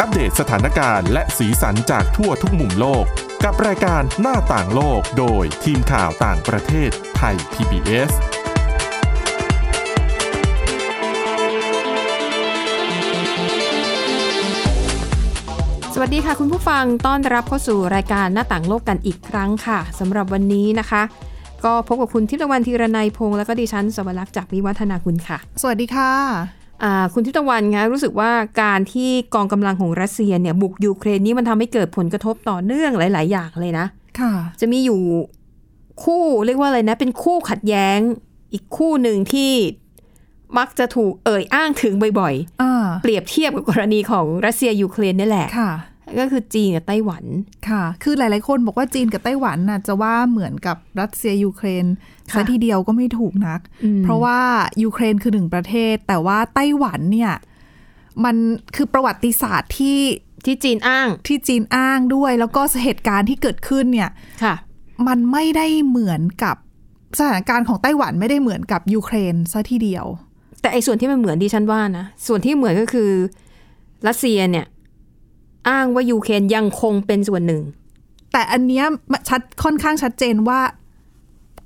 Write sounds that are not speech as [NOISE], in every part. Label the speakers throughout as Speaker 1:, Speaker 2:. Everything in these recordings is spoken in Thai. Speaker 1: อัปเดตสถานการณ์และสีสันจากทั่วทุกมุมโลก กับรายการหน้าต่างโลกโดยทีมข่าวต่างประเทศไทย PBS
Speaker 2: สวัสดีค่ะคุณผู้ฟังต้อนรับเข้าสู่รายการหน้าต่างโลกกันอีกครั้งค่ะสำหรับวันนี้นะคะ ก็พบกับคุณทิพวรรณธีรนัยพงษ์และก็ดิฉันสวรักษ์จากวิวัฒนาคุณค่ะ
Speaker 3: สวัสดีค่ะ
Speaker 2: อ่าคุณทิพวรรณคะรู้สึกว่าการที่กองกำลังของรัสเซียเนี่ยบุกยูเครนนี่มันทำให้เกิดผลกระทบต่อเนื่องหลาย ๆ อย่างเลยนะ
Speaker 3: ค่ะ
Speaker 2: จะมีอยู่คู่เรียกว่าอะไรนะ เป็นคู่ขัดแย้ง อีกคู่หนึ่งที่มักจะถูกเอ่ยอ้างถึงบ่อย
Speaker 3: อ่า
Speaker 2: ๆ เปรียบเทียบกับกรณีของรัสเซียยูเครนนี่แหละ
Speaker 3: ค่ะ
Speaker 2: ก็คือจีนกับไต้หวัน
Speaker 3: ค่ะ คือหลาย ๆ คนบอกว่าจีนกับไต้หวันน่ะจะว่าเหมือนกับรัสเซียยูเครน
Speaker 2: ค่ะ
Speaker 3: ซะทีเดียวก็ไม่ถูกนัก
Speaker 2: อืม
Speaker 3: เพราะว่ายูเครนคือหนึ่งประเทศ แต่ว่าไต้หวันเนี่ย มันคือประวัติศาสตร์ที่
Speaker 2: ที่จีนอ้าง
Speaker 3: ที่จีนอ้างด้วย แล้วก็เหตุการณ์ที่เกิดขึ้นเนี่ย
Speaker 2: ค่ะ
Speaker 3: มันไม่ได้เหมือนกับสถานการณ์ของไต้หวันไม่ได้เหมือนกับยูเครนซะทีเดียว
Speaker 2: แต่ไอ้ส่วนที่มันเหมือนดิฉันว่านะ ส่วนที่เหมือนก็คือรัสเซียเนี่ย อ้างว่ายูเครนยังคงเป็นส่วนหนึ่ง
Speaker 3: แต่อันเนี้ยมันชัดค่อนข้างชัดเจนว่า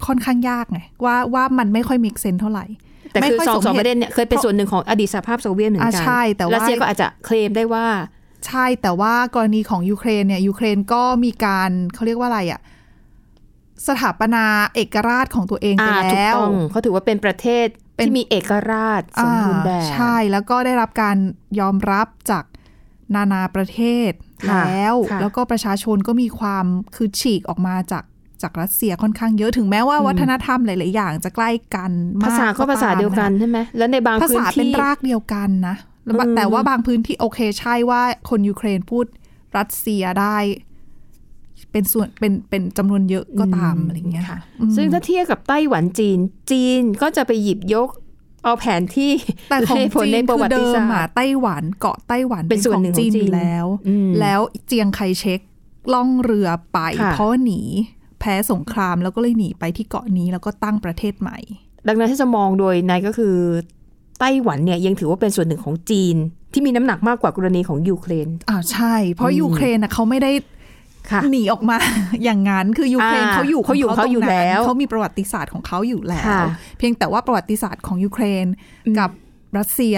Speaker 3: ค่อนข้างยากไงว่าว่ามันไม่ค่อยมีเซนเท่าไหร่
Speaker 2: แต่คือ
Speaker 3: ไม่ย
Speaker 2: สองสองป
Speaker 3: หตุ
Speaker 2: ระเด็นเนี่ยเคยเป็นส่วนหนึ่งของอดีตสหภาพโซเวียตเหมือนกั
Speaker 3: อ่าใช่แต่ว่า
Speaker 2: รัสเซียก็อาจจะเคลมได้ว่า
Speaker 3: ใช่แต่ว่ากรณีของยูเครนเนี่ยยูเครนก็มีการเขาเรียกว่าอะไรอะสถาปนาเอกราชของตัวเองไป
Speaker 2: อ่าถูก
Speaker 3: แล้ว
Speaker 2: ต้องเขาถือว่าเป็นประเทศ
Speaker 3: เป็น
Speaker 2: ที่มีเอกราชสมบูรณ์แบบ
Speaker 3: อ่าใช่แล้วก็ได้รับการยอมรับจากนานาประเทศ
Speaker 2: ค่ะ
Speaker 3: แล้ว
Speaker 2: ค่ะ
Speaker 3: แล้วก็ประชาชนก็มีความคือฉีกออกมาจากจากรัสเซียค่อนข้างเยอะถึงแม้ว่า
Speaker 2: อืม
Speaker 3: วัฒนธรรมหลาย ๆ อย่างจะใกล้กันมาก
Speaker 2: ภาษาก็ภาษาเดียวกันใช่ไหมแล้วในบาง
Speaker 3: ภา
Speaker 2: พื้น
Speaker 3: ษาเป็น
Speaker 2: ที่
Speaker 3: รากเดียวกันนะแล้วบะ
Speaker 2: อืม
Speaker 3: แต่ว่าบางพื้นที่โอเคใช่ว่าคนยูเครนพูดรัสเซียได้ เป็นส่วนเป็นเป็นจำนวนเยอะก็ตามอะไรอย่างเงี้ยค่ะอืม
Speaker 2: ซึ่งถ้าเทียบกับไต้หวันจีน จีนก็จะไปหยิบยกเอาแผนที่
Speaker 3: แต่ของ
Speaker 2: หตุผล
Speaker 3: จีน
Speaker 2: ในประ
Speaker 3: คือ
Speaker 2: วัติ
Speaker 3: เดิม
Speaker 2: ศาส
Speaker 3: อะ
Speaker 2: ตร์
Speaker 3: ไต้หวันเกาะไต้หวัน
Speaker 2: เป็นส่วนหนึ่งของ
Speaker 3: จีน
Speaker 2: จีน
Speaker 3: อยู่แล้ว
Speaker 2: อืม
Speaker 3: แล้วเจียงไคเชกล่องเรือไป
Speaker 2: ค่ะ
Speaker 3: เพราะว่าหนีแพ้สงครามแล้วก็เลยหนีไปที่เกาะนี้แล้วก็ตั้งประเทศใหม่
Speaker 2: ดังนั้นถ้าจะมองโดยในก็คือ ไต้หวันเนี่ยยังถือว่าเป็นส่วนหนึ่งของจีน ที่มีน้ำหนักมากกว่ากรณีของยูเครน
Speaker 3: อ่าใช่ เพราะ
Speaker 2: อืม
Speaker 3: ยูเครนน่ะเขาไม่ได้
Speaker 2: ค่ะ
Speaker 3: หนีออกมา [LAUGHS] อย่างนั้นคือยูเครน
Speaker 2: อ่า
Speaker 3: เขาอยู่
Speaker 2: เขาอยู่
Speaker 3: ตรง
Speaker 2: เขาอยู่
Speaker 3: นั้น
Speaker 2: แล้ว
Speaker 3: เขามีประวัติศาสตร์ของเขาอยู่แล้ว
Speaker 2: ค่ะ
Speaker 3: เพียงแต่ว่าประวัติศาสตร์ของยูเครนกับรัสเซีย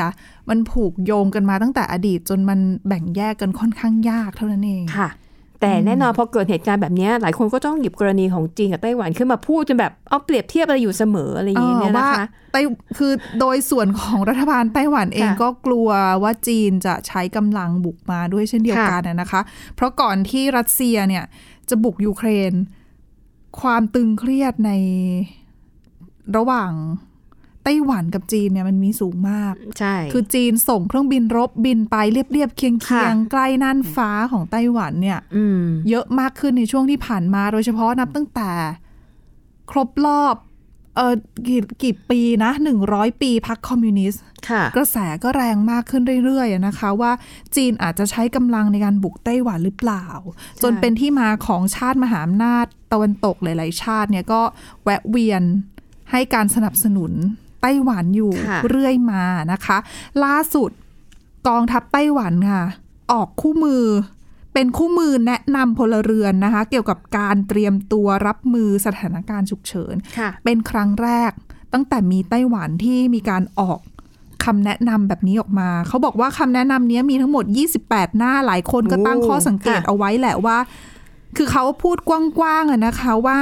Speaker 3: มันผูกโยงกันมาตั้งแต่อดีตจนมันแบ่งแยกกันค่อนข้างยากเท่านั้นเอง
Speaker 2: ค่ะ แต่แน่นอนพอเกิดเหตุการณ์แบบเนี้ยหลายคนก็ต้องหยิบกรณีของจีนกับไต้หวันขึ้นมาพูดจนแบบเอาเปรียบเทียบอะไรอยู่เสมออะไรอย่างเงี้ยเนี่ย
Speaker 3: เออ
Speaker 2: นะคะ
Speaker 3: ว่าไต้คือโดยส่วนของรัฐบาลไต้หวันเอง
Speaker 2: ค่ะ
Speaker 3: ก็กลัวว่าจีนจะใช้กำลังบุกมาด้วยเช่นเดียวกันน่ะนะคะ เพราะก่อนที่รัสเซียเนี่ยจะบุกยูเครน ความตึงเครียดในระหว่างไต้หวันกับจีนเนี่ยมันมีสูงมาก
Speaker 2: ใช่
Speaker 3: คือจีนส่งเครื่องบินรบบินไปเรียบเรียบๆเคียงเคียง
Speaker 2: ค่ะ
Speaker 3: ใกล้น่านฟ้าของไต้หวันเนี่ย
Speaker 2: อืม
Speaker 3: เยอะมากขึ้นในช่วงที่ผ่านมาโดยเฉพาะนับตั้งแต่ ครบรอบเออกี่กี่ปีนะหนึ่งร้อยปีพรรคคอมมิวนิสต์
Speaker 2: ค่ะ
Speaker 3: กระแสก็แรงมากขึ้นเรื่อยๆอะนะคะ ว่าจีนอาจจะใช้กำลังในการบุกไต้หวันหรือเปล่า จนเป็นที่มาของชาติมหาอำนาจตะวันตกหลายๆ ชาติเนี่ยก็แวะเวียนให้การสนับสนุนไต้หวันอยู่
Speaker 2: ค่ะ
Speaker 3: เรื่อยมานะคะ ล่าสุด กองทัพไต้หวันค่ะ ออกคู่มือ เป็นคู่มือแนะนำพลเรือนนะคะ เกี่ยวกับการเตรียมตัวรับมือสถานการณ์ฉุกเฉิน
Speaker 2: ค่ะ
Speaker 3: เป็นครั้งแรกตั้งแต่มีไต้หวันที่มีการออกคำแนะนำแบบนี้ออกมา เขาบอกว่าคำแนะนำเนี้ยมีทั้งหมด 28 หน้าหลายคนก็ตั้ง
Speaker 2: โอ้
Speaker 3: ข้อสังเกต
Speaker 2: ค่ะ
Speaker 3: เอาไว้แหละว่า คือเขาพูดกว้างๆอะนะคะว่า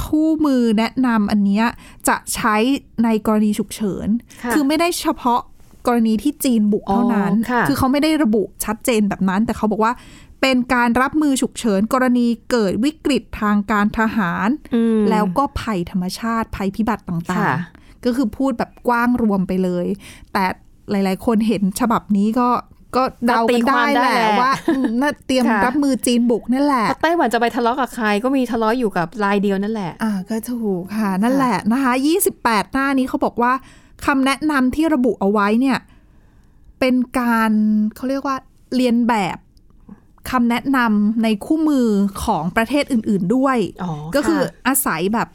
Speaker 3: คู่มือแนะนำอันเนี้ยจะใช้ในกรณีฉุกเฉิน
Speaker 2: ค่ะ
Speaker 3: คือไม่ได้เฉพาะกรณีที่จีนบุกเท่านั้น
Speaker 2: อ๋อค่ะ
Speaker 3: คือเขาไม่ได้ระบุชัดเจนแบบนั้น แต่เขาบอกว่าเป็นการรับมือฉุกเฉิน กรณีเกิดวิกฤตทางการทหาร
Speaker 2: อืม
Speaker 3: แล้วก็ภัยธรรมชาติ ภัยพิบัติต่าง
Speaker 2: ค่ะ
Speaker 3: ๆ ก็คือพูดแบบกว้างรวมไปเลย แต่หลาย ๆ คนเห็นฉบับนี้ก็ก็เดากัน
Speaker 2: ก็ตีความ
Speaker 3: ได้
Speaker 2: ได้
Speaker 3: แหละ
Speaker 2: แหละ
Speaker 3: ว่าอืมน่าเตรียม
Speaker 2: ค่ะ
Speaker 3: รับมือจีนบุกนั่นแหละ
Speaker 2: เพราะไต้หวันจะไปทะเลาะกับใครก็มีทะเลาะอยู่กับรายเดียวนั่นแหละ
Speaker 3: อ่าก็ถูกค่ะ นั่นแหละนะคะ 28 หน้านี้เขาบอกว่าคำแนะนำที่ระบุเอาไว้เนี่ย เป็นการเขาเรียกว่าเรียนแบบคำแนะนำในคู่มือของประเทศอื่น ๆด้วย
Speaker 2: อ๋อ
Speaker 3: ก็คือ
Speaker 2: ค่ะ
Speaker 3: อาศัยแบบ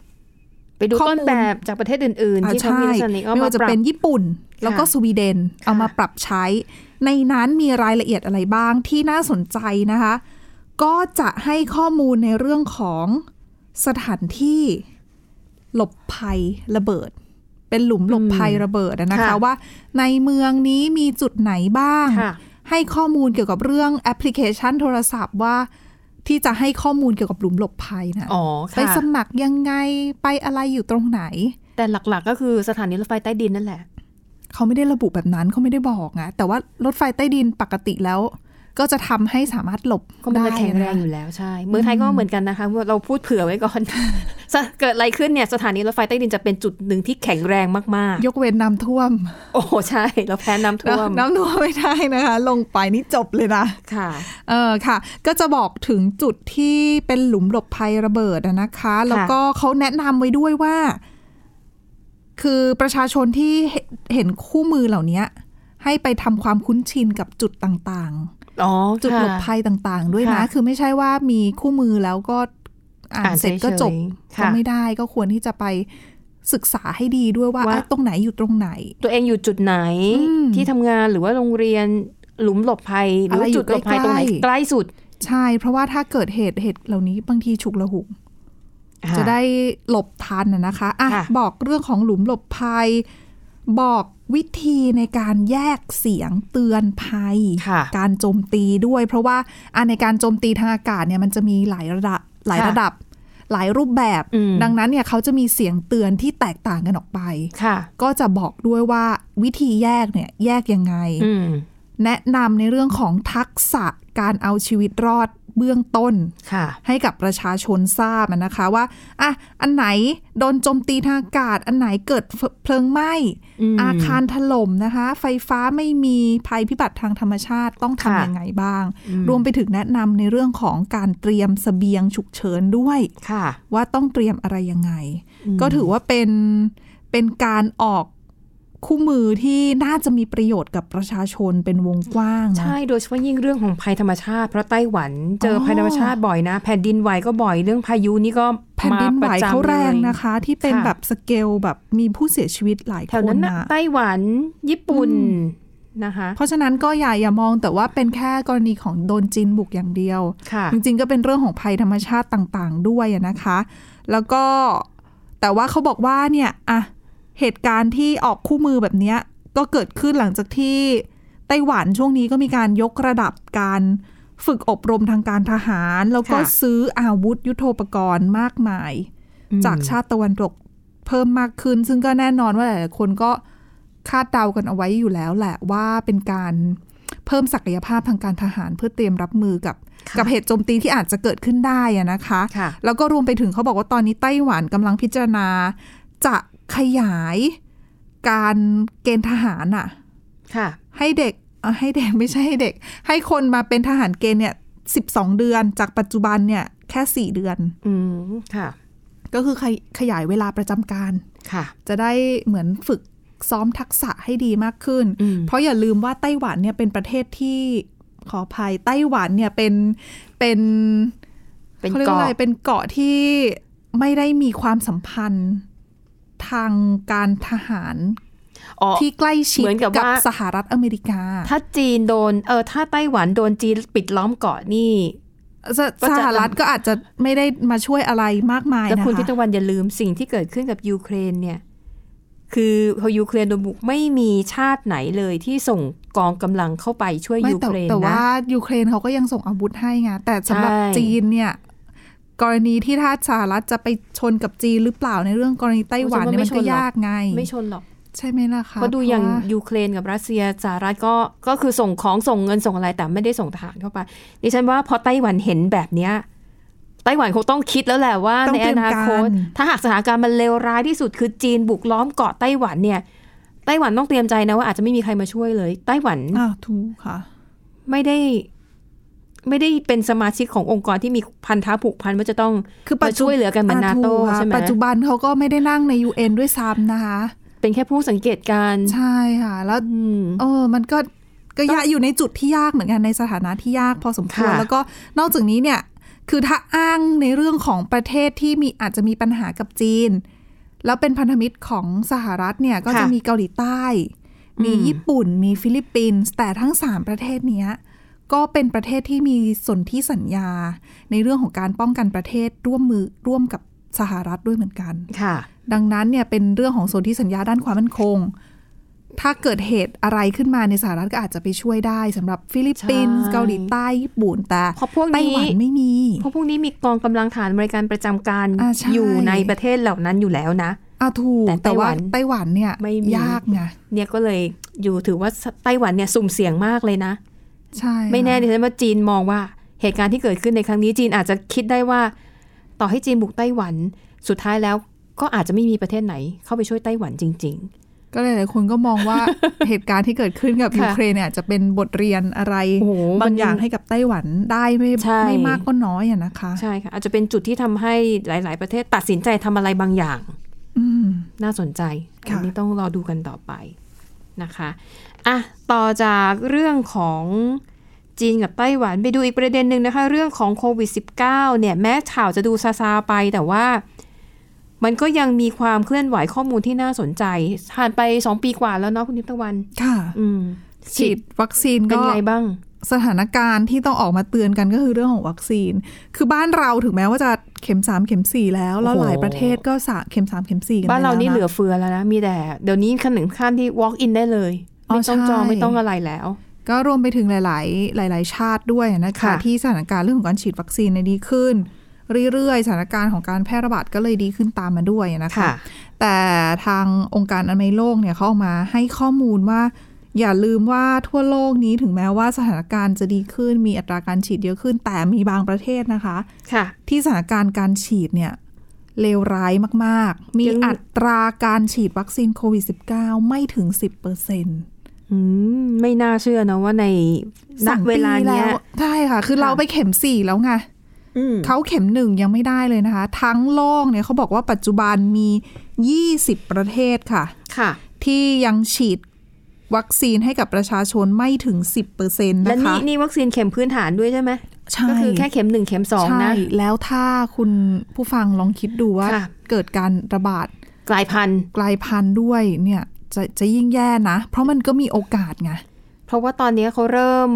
Speaker 2: ไปดู
Speaker 3: ข้อมูล
Speaker 2: ต้นแบบจากประเทศอื่น ๆ
Speaker 3: อ่า
Speaker 2: ที่เขา
Speaker 3: ใช่
Speaker 2: มีลักษณะนี้เอา
Speaker 3: ไม่
Speaker 2: มา
Speaker 3: ว่าจะ
Speaker 2: ปรับ
Speaker 3: เป็นญี่ปุ่น แล้วก็สวีเดน เอามาปรับใช้ ในนั้นมีรายละเอียดอะไรบ้างที่น่าสนใจนะคะ ก็จะให้ข้อมูลในเรื่องของสถานที่หลบภัยระเบิด เป็นหลุมหลบภัยระเบิดอะนะคะ
Speaker 2: ค่ะ
Speaker 3: ว่าในเมืองนี้มีจุดไหนบ้าง
Speaker 2: ค่ะ
Speaker 3: ให้ข้อมูลเกี่ยวกับเรื่องแอปพลิเคชันโทรศัพท์ว่าที่จะให้ข้อมูลเกี่ยวกับหลุมหลบภัยนะ
Speaker 2: อ๋อ
Speaker 3: ไป
Speaker 2: ค่ะ
Speaker 3: สมัครยังไงไปอะไรอยู่ตรงไหน
Speaker 2: แต่หลัก ๆ ก็คือสถานีรถไฟใต้ดินนั่นแหละ
Speaker 3: เขาไม่ได้ระบุแบบนั้นเขาไม่ได้บอกนะแต่ว่ารถไฟใต้ดินปกติแล้ว ก็จะทำให้สามารถหลบ
Speaker 2: ก็มัน
Speaker 3: ได้
Speaker 2: จะแข็งแรงอยู่แล้วใช่ เมืองไทยก็เหมือนกันนะคะเราพูดเผื่อไว้ก่อน สะเกิดอะไรขึ้นเนี่ยสถานีรถไฟใต้ดินจะเป็นจุดหนึ่งที่แข็งแรงมาก
Speaker 3: ยกเว้นน้ำท่วม
Speaker 2: ๆ โอ้โหใช่ เราแพ้น้ำท่วม
Speaker 3: น้ำน้ำท่วมไม่ได้นะคะ ลงไปนี่จบเลยนะ
Speaker 2: ค่ะ
Speaker 3: เออค่ะ ก็จะบอกถึงจุดที่เป็นหลุมหลบภัยระเบิดอะนะคะ แล้วก็เขาแนะนำไว้ด้วยว่า คือประชาชนที่เห็นเห็นคู่มือเหล่านี้ให้ไปทำความคุ้นชินกับจุดต่างๆ
Speaker 2: อ๋อ
Speaker 3: จุด
Speaker 2: ค่ะ
Speaker 3: หลบภัยต่างๆ ด้วยนะ
Speaker 2: ค่ะ
Speaker 3: คือไม่ใช่ว่ามีคู่มือแล้วก็อ่าน
Speaker 2: อ่าน
Speaker 3: เสร็จก็จบ
Speaker 2: เฉยๆค่ะ
Speaker 3: ก็ไม่ได้ก็ควรที่จะไปศึกษาให้ดีด้วยว่า
Speaker 2: ว่า
Speaker 3: เอ้ยตรงไหนอยู่ตรงไหน
Speaker 2: ตัวเองอยู่จุดไหน
Speaker 3: อืม
Speaker 2: ที่ทำงานหรือว่าโรงเรียนหลุมหลบภัย หรือว่า
Speaker 3: อะไรอยู่
Speaker 2: จุดหลบภัยต
Speaker 3: ใกล้ๆ
Speaker 2: รงไหนใกล้สุด
Speaker 3: ใช่ เพราะว่าถ้าเกิดเหตุเหตุเหล่านี้บางทีฉุกละหุก
Speaker 2: ค่
Speaker 3: จะได้หลบทันนะนะคะอ่ะ
Speaker 2: ค่ะ
Speaker 3: บอกเรื่องของหลุมหลบภัย บอกวิธีในการแยกเสียงเตือนภัย
Speaker 2: ค่ะ
Speaker 3: การโจมตีด้วย เพราะว่าอ่ะในการโจมตีทางอากาศเนี่ยมันจะมีหลายระดับหลายระดับ หลายรูปแบบ
Speaker 2: อืม
Speaker 3: ดังนั้นเนี่ยเขาจะมีเสียงเตือนที่แตกต่างกันออกไป
Speaker 2: ค่ะ
Speaker 3: ก็จะบอกด้วยว่าวิธีแยกเนี่ยแยกยังไง
Speaker 2: อืม
Speaker 3: แนะนำในเรื่องของทักษะการเอาชีวิตรอดเบื้องต้น
Speaker 2: ค่ะ
Speaker 3: ให้กับประชาชนทราบอะนะคะว่าอ่ะอันไหนโดนโจมตีทางอากาศ อันไหนเกิดเพลิงไหม้
Speaker 2: อืม
Speaker 3: อาคารถล่มนะคะ ไฟฟ้าไม่มีภัยพิบัติทางธรรมชาติต้อง
Speaker 2: ค่ะ
Speaker 3: ทำยังไงบ้าง
Speaker 2: อืม
Speaker 3: รวมไปถึงแนะนำในเรื่องของการเตรียมเสบียงฉุกเฉินด้วย
Speaker 2: ค่ะ
Speaker 3: ว่าต้องเตรียมอะไรยังไง
Speaker 2: อืม
Speaker 3: ก็ถือว่าเป็นเป็นการออกคู่มือที่น่าจะมีประโยชน์กับประชาชนเป็นวงกว้างนะ
Speaker 2: ใช่โดยเฉพาะยิ่งเรื่องของภัยธรรมชาติ เพราะไต้หวันเจออ
Speaker 3: อ
Speaker 2: ภัยธรรมชาติบ่อยนะ แผ่นดินไหวก็บ่อยเรื่องพายุนี่ก็
Speaker 3: แผ่นดินไห
Speaker 2: ม
Speaker 3: ว
Speaker 2: ประจำ
Speaker 3: เขาแรง
Speaker 2: ลย
Speaker 3: นะคะ ที่เป็น
Speaker 2: ค่ะ
Speaker 3: แบบสเกลแบบมีผู้เสียชีวิตหลาย
Speaker 2: แถ
Speaker 3: ค
Speaker 2: วนนั้นนะ
Speaker 3: นะ
Speaker 2: ไต้หวันญี่ปุ่น
Speaker 3: อืม
Speaker 2: นะคะ
Speaker 3: เพราะฉะนั้นก็อย่าอย่ามองแต่ว่าเป็นแค่กรณีของโดนจีนบุกอย่างเดียว
Speaker 2: ค่ะ
Speaker 3: จริงๆ ก็เป็นเรื่องของภัยธรรมชาติต่างๆ ด้วยอะนะคะ แล้วก็แต่ว่าเขาบอกว่าเนี่ยอะเหตุการณ์ที่ออกคู่มือแบบเนี้ยก็เกิดขึ้นหลังจากที่ไต้หวันช่วงนี้ก็มีการยกระดับการฝึกอบรมทางการทหาร แล้วก็
Speaker 2: ค่ะ
Speaker 3: ซื้ออาวุธยุโทโธปกรณ์มากมาย จากชาติตะวันตกเพิ่มมากขึ้น ซึ่งก็แน่นอนว่าหลายๆคนก็คาดเดากันเอาไว้อยู่แล้วแหละว่าเป็นการเพิ่มศักยภาพทางการทหารเพื่อเตรียมรับมือกับ
Speaker 2: ค่ะ
Speaker 3: กับเหตุโจมตีที่อาจจะเกิดขึ้นได้อะนะคะ
Speaker 2: ค่ะ
Speaker 3: แล้วก็รวมไปถึงเขาบอกว่าตอนนี้ไต้หวันกำลังพิจารณา จะขยายการเกณฑ์ทหารอะ
Speaker 2: ค่ะ
Speaker 3: ให้เด็กเอ่อให้เด็กไม่ใช่ให้เด็ก ให้คนมาเป็นทหารเกณฑ์เนี่ย12 เดือนจากปัจจุบันเนี่ยแค่ 4 เดือน
Speaker 2: อืมค่ะ
Speaker 3: ก็คือขยขยายเวลาประจำการ
Speaker 2: ค่ะ
Speaker 3: จะได้เหมือนฝึกซ้อมทักษะให้ดีมากขึ้น
Speaker 2: อืม
Speaker 3: เพราะอย่าลืมว่าไต้หวันเนี่ยเป็นประเทศที่ขออภัยไต้หวันเนี่ยเป็นเป็น
Speaker 2: เป็น
Speaker 3: เขาเรียกว่า
Speaker 2: เกาะ
Speaker 3: อะไรเป็นเกาะที่ไม่ได้มีความสัมพันธ์ทางการทหาร
Speaker 2: อ๋อ
Speaker 3: ที่ใกล้ชิด
Speaker 2: เหมือนกับว่า
Speaker 3: สหรัฐอเมริกา
Speaker 2: ถ้าจีนโดน เออ ถ้าไต้หวันโดนจีนปิดล้อมเกาะนี่
Speaker 3: ส
Speaker 2: ก็จะ
Speaker 3: สหรัฐก็อาจจะไม่ได้มาช่วยอะไรมากมาย
Speaker 2: แล้ว
Speaker 3: นะ
Speaker 2: คุณพิ
Speaker 3: คะ
Speaker 2: ตวันอย่าลืมสิ่งที่เกิดขึ้นกับยูเครนเนี่ย คือพอยูเครนโดนบุกไม่มีชาติไหนเลยที่ส่งกองกำลังเข้าไปช่วย
Speaker 3: ไม่
Speaker 2: ยู
Speaker 3: แต่
Speaker 2: เครน
Speaker 3: แต่
Speaker 2: นะ
Speaker 3: ว่ายูเครนเขาก็ยังส่งอาวุธให้ไงแต่สำหรับ
Speaker 2: ใช่
Speaker 3: จีนเนี่ยกรณีที่ถ้าสหรัฐจะไปชนกับจีนหรือเปล่าในเรื่องกรณีไต้หวันเนี่ยมันก็ยากไง
Speaker 2: ไม่ชนหรอก
Speaker 3: ใช่ไหมล่ะคะ
Speaker 2: ก็ดูอย่าง
Speaker 3: เพระว่
Speaker 2: ยูเครนกับรัสเซียสหรัฐก็ก็คือส่งของส่งเงินส่งอะไรแต่ไม่ได้ส่งทหารเข้าไปดิฉันว่าพอไต้หวันเห็นแบบเนี้ยไต้หวันคงต้องคิดแล้วแหละว่า
Speaker 3: ต้อง
Speaker 2: ใน
Speaker 3: เต
Speaker 2: อ
Speaker 3: รียม
Speaker 2: นา
Speaker 3: การ
Speaker 2: คต ถ้าหากสถานการณ์มันเลวร้ายที่สุดคือจีนบุกล้อมเกาะไต้หวันเนี่ย ไต้หวันต้องเตรียมใจนะว่าอาจจะไม่มีใครมาช่วยเลย ไต้หวัน
Speaker 3: อ้าวถูกค่ะ
Speaker 2: ไม่ได้ ไม่ได้เป็นสมาชิกขององค์กรที่มีพันธะผูกพันว่าจะต้อง
Speaker 3: คือปั
Speaker 2: มา
Speaker 3: จจุ
Speaker 2: ช่วยเหลือกันเหมือน
Speaker 3: อ่
Speaker 2: นาโต้
Speaker 3: ถูกค่ะ
Speaker 2: ใช่ไหม
Speaker 3: ปัจจุบันเขาก็ไม่ได้นั่งใน UN ด้วยซ้ำนะคะ
Speaker 2: เป็นแค่ผู้สังเกตการณ์
Speaker 3: ใช่ค่ะ แล้ว
Speaker 2: อืม
Speaker 3: เออมันก็ก็ยากอยู่ในจุดที่ยากเหมือนกันในสถานะที่ยากพอสมควร
Speaker 2: ค่ะ
Speaker 3: แล้วก็นอกจากนี้เนี่ย คือถ้าอ้างในเรื่องของประเทศที่มีอาจจะมีปัญหากับจีน แล้วเป็นพันธมิตรของสหรัฐเนี่ยก็จะ
Speaker 2: ค่ะ
Speaker 3: มีเกาหลีใต้ มี
Speaker 2: อืม
Speaker 3: ญี่ปุ่น มีฟิลิปปินส์แต่ทั้ง 3 ประเทศเนี้ยก็เป็นประเทศที่มีสนธิสัญญา ในเรื่องของการป้องกันประเทศร่วมมือร่วมกับสหรัฐด้วยเหมือนกัน
Speaker 2: ค่ะ
Speaker 3: ดังนั้นเนี่ยเป็นเรื่องของสนธิสัญญาด้านความมั่นคง ถ้าเกิดเหตุอะไรขึ้นมาในสหรัฐก็อาจจะไปช่วยได้สำหรับฟิลิปปินส์
Speaker 2: ใช่
Speaker 3: เกาหลีใต้ญี่ปุ่นแต่
Speaker 2: เพราะพวก
Speaker 3: ไต้ห
Speaker 2: นี้
Speaker 3: วันไม่มี
Speaker 2: เพราะพวกนี้มีกองกำลังฐานบริการประจำการ
Speaker 3: อ่าใช่
Speaker 2: อยู่ในประเทศเหล่านั้นอยู่แล้วนะ
Speaker 3: อ่ะถูก
Speaker 2: แต่ไต้
Speaker 3: แต่
Speaker 2: หวั
Speaker 3: ว่าน ไต้หวันเนี่ย
Speaker 2: ไม่มี
Speaker 3: ยากไง
Speaker 2: เนี่ยก็เลยอยู่ถือว่าไต้หวันเนี่ยสุ่มเสี่ยงมากเลยนะ
Speaker 3: ใช่
Speaker 2: ไม่แน่ดิ
Speaker 3: ค่ะ
Speaker 2: ฉันว่าจีนมองว่าเหตุการณ์ที่เกิดขึ้นในครั้งนี้จีนอาจจะคิดได้ว่า ต่อให้จีนบุกไต้หวัน สุดท้ายแล้วก็อาจจะไม่มีประเทศไหน เข้าไปช่วยไต้หวันจริง
Speaker 3: ก็หลายๆคนก็มอง
Speaker 2: [LAUGHS]
Speaker 3: ว่า เหตุการณ์ที่เกิดขึ้นกับ
Speaker 2: ค่ะ
Speaker 3: ยูเครนเนี่ยอาจจะเป็นบทเรียนอะไร
Speaker 2: โอ้โห
Speaker 3: บา
Speaker 2: มั
Speaker 3: ง
Speaker 2: น
Speaker 3: อย่างให้กับไต้หวันได้ไม่
Speaker 2: ใช่
Speaker 3: ไม่มากก็น้อยอะนะคะ
Speaker 2: ๆ ใช่ค่ะ อาจจะเป็นจุดที่ทำให้หลาย ๆ ประเทศตัดสินใจทำอะไรบางอย่าง
Speaker 3: อืม
Speaker 2: น่าสนใจ
Speaker 3: ค่ะ
Speaker 2: อันนี้ต้องรอดูกันต่อไปนะคะอ่ะต่อจากเรื่องของจีนกับไต้หวันไปดูอีกประเด็นหนึ่งนะคะ เรื่องของโควิด -19 เนี่ยแม้ข่าวจะดูซาซาๆไปแต่ว่ามันก็ยังมีความเคลื่อนไหวข้อมูลที่น่าสนใจผ่านไป 2 ปีกว่าแล้วเนาะคุณทิพย์ตะวัน
Speaker 3: ค่ะ
Speaker 2: อืม
Speaker 3: ฉีดวัคซีน
Speaker 2: เป็น
Speaker 3: ก็
Speaker 2: ไงบ้าง
Speaker 3: สถานการณ์ที่ต้องออกมาเตือนกันก็คือเรื่องของวัคซีน คือบ้านเราถึงแม้ว่าจะเข็มสามเข็มสี่แล้ว แล้ว
Speaker 2: โอ้โห
Speaker 3: หลายประเทศก็สามเข็มสามเข็มสี่กัน
Speaker 2: บ้านเรานี่เหลื
Speaker 3: อ
Speaker 2: อเฟือแล้วนะ มีแต่เดี๋ยวนี้ขั้นถึงขั้นที่ walk in ได้เลย
Speaker 3: อ๋อ
Speaker 2: ไม่ต้อง
Speaker 3: ใช่
Speaker 2: จองไม่ต้องอะไรแล้ว
Speaker 3: ก็รวมไปถึงหลาย ๆ หลาย ๆ ชาติด้วยนะคะ
Speaker 2: ค่ะ
Speaker 3: ที่สถานการณ์เรื่องของการฉีดวัคซีนในยดีขึ้น เรื่อย ๆ สถานการณ์ของการแพร่ระบาดก็เลยดีขึ้นตามมาด้วยนะคะ แต่ทางองค์การอนามัยโลกเนี่ยเขาออกมาให้ข้อมูลว่า อย่าลืมว่าทั่วโลกนี้ถึงแม้ว่าสถานการณ์จะดีขึ้น มีอัตราการฉีดเยอะขึ้น แต่มีบางประเทศนะคะ
Speaker 2: ค่ะ
Speaker 3: ที่สถานการณ์การฉีดเนี่ยเลวร้ายมาก ๆ มี
Speaker 2: ยัง
Speaker 3: อัตราการฉีดวัคซีนโควิด -19 ไม่ถึง 10%เปอร์เซ็นต์
Speaker 2: อืมไม่น่าเชื่อนะว่าในณเวลาเนี้ย
Speaker 3: ใช่ค่ะ คือ
Speaker 2: ค่ะ
Speaker 3: เราไปเข็ม 4 แล้วไงเขาเข็มหนึ่งยังไม่ได้เลยนะคะ ทั้งโลกเนี่ยเขาบอกว่าปัจจุบันมี 20 ประเทศค่ะ
Speaker 2: ค่ะ
Speaker 3: ที่ยังฉีดวัคซีนให้กับประชาชนไม่ถึง 10%
Speaker 2: และ
Speaker 3: นะคะ
Speaker 2: นี่นี่วัคซีนเข็มพื้นฐานด้วยใช่ไหม
Speaker 3: ใช่
Speaker 2: ก็คือแค่เข็มหนึ่งเข็มสอง
Speaker 3: ใช่
Speaker 2: นะ
Speaker 3: แล้วถ้าคุณผู้ฟังลองคิดดูว่า
Speaker 2: ค่ะ
Speaker 3: เกิดการระบาด
Speaker 2: กลายพันธุ์
Speaker 3: กลายพันธุ์ด้วยเนี่ยจะจะยิ่งแย่นะ เพราะมันก็มีโอกาสไง
Speaker 2: เพราะว่าตอนนี้เขาเริ่ม